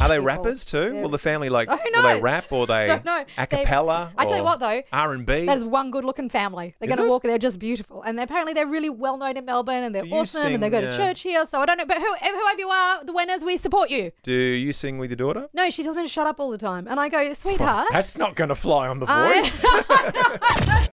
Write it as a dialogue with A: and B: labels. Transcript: A: Are they
B: people.
A: rappers too?
B: They're-
A: Will the family like
B: Oh,
A: will they
B: no.
A: rap or they
B: No, no.
A: a
B: They-
A: cappella?
B: I tell you what, though.
A: R and B.
B: That is one good looking family. They're
A: Is it?
B: going to walk. They're just beautiful, and apparently they're really well known in Melbourne, and they're
A: Do you
B: awesome, and they
A: sing,
B: go to
A: uh,
B: church here. So I don't know, but who, whoever you are, the winners, we support you.
A: Do you sing with your daughter?
B: No, she tells me to shut up all the time, and I go,
A: Well,
B: sweetheart.
A: That's not going to fly on the
B: I-
A: voice.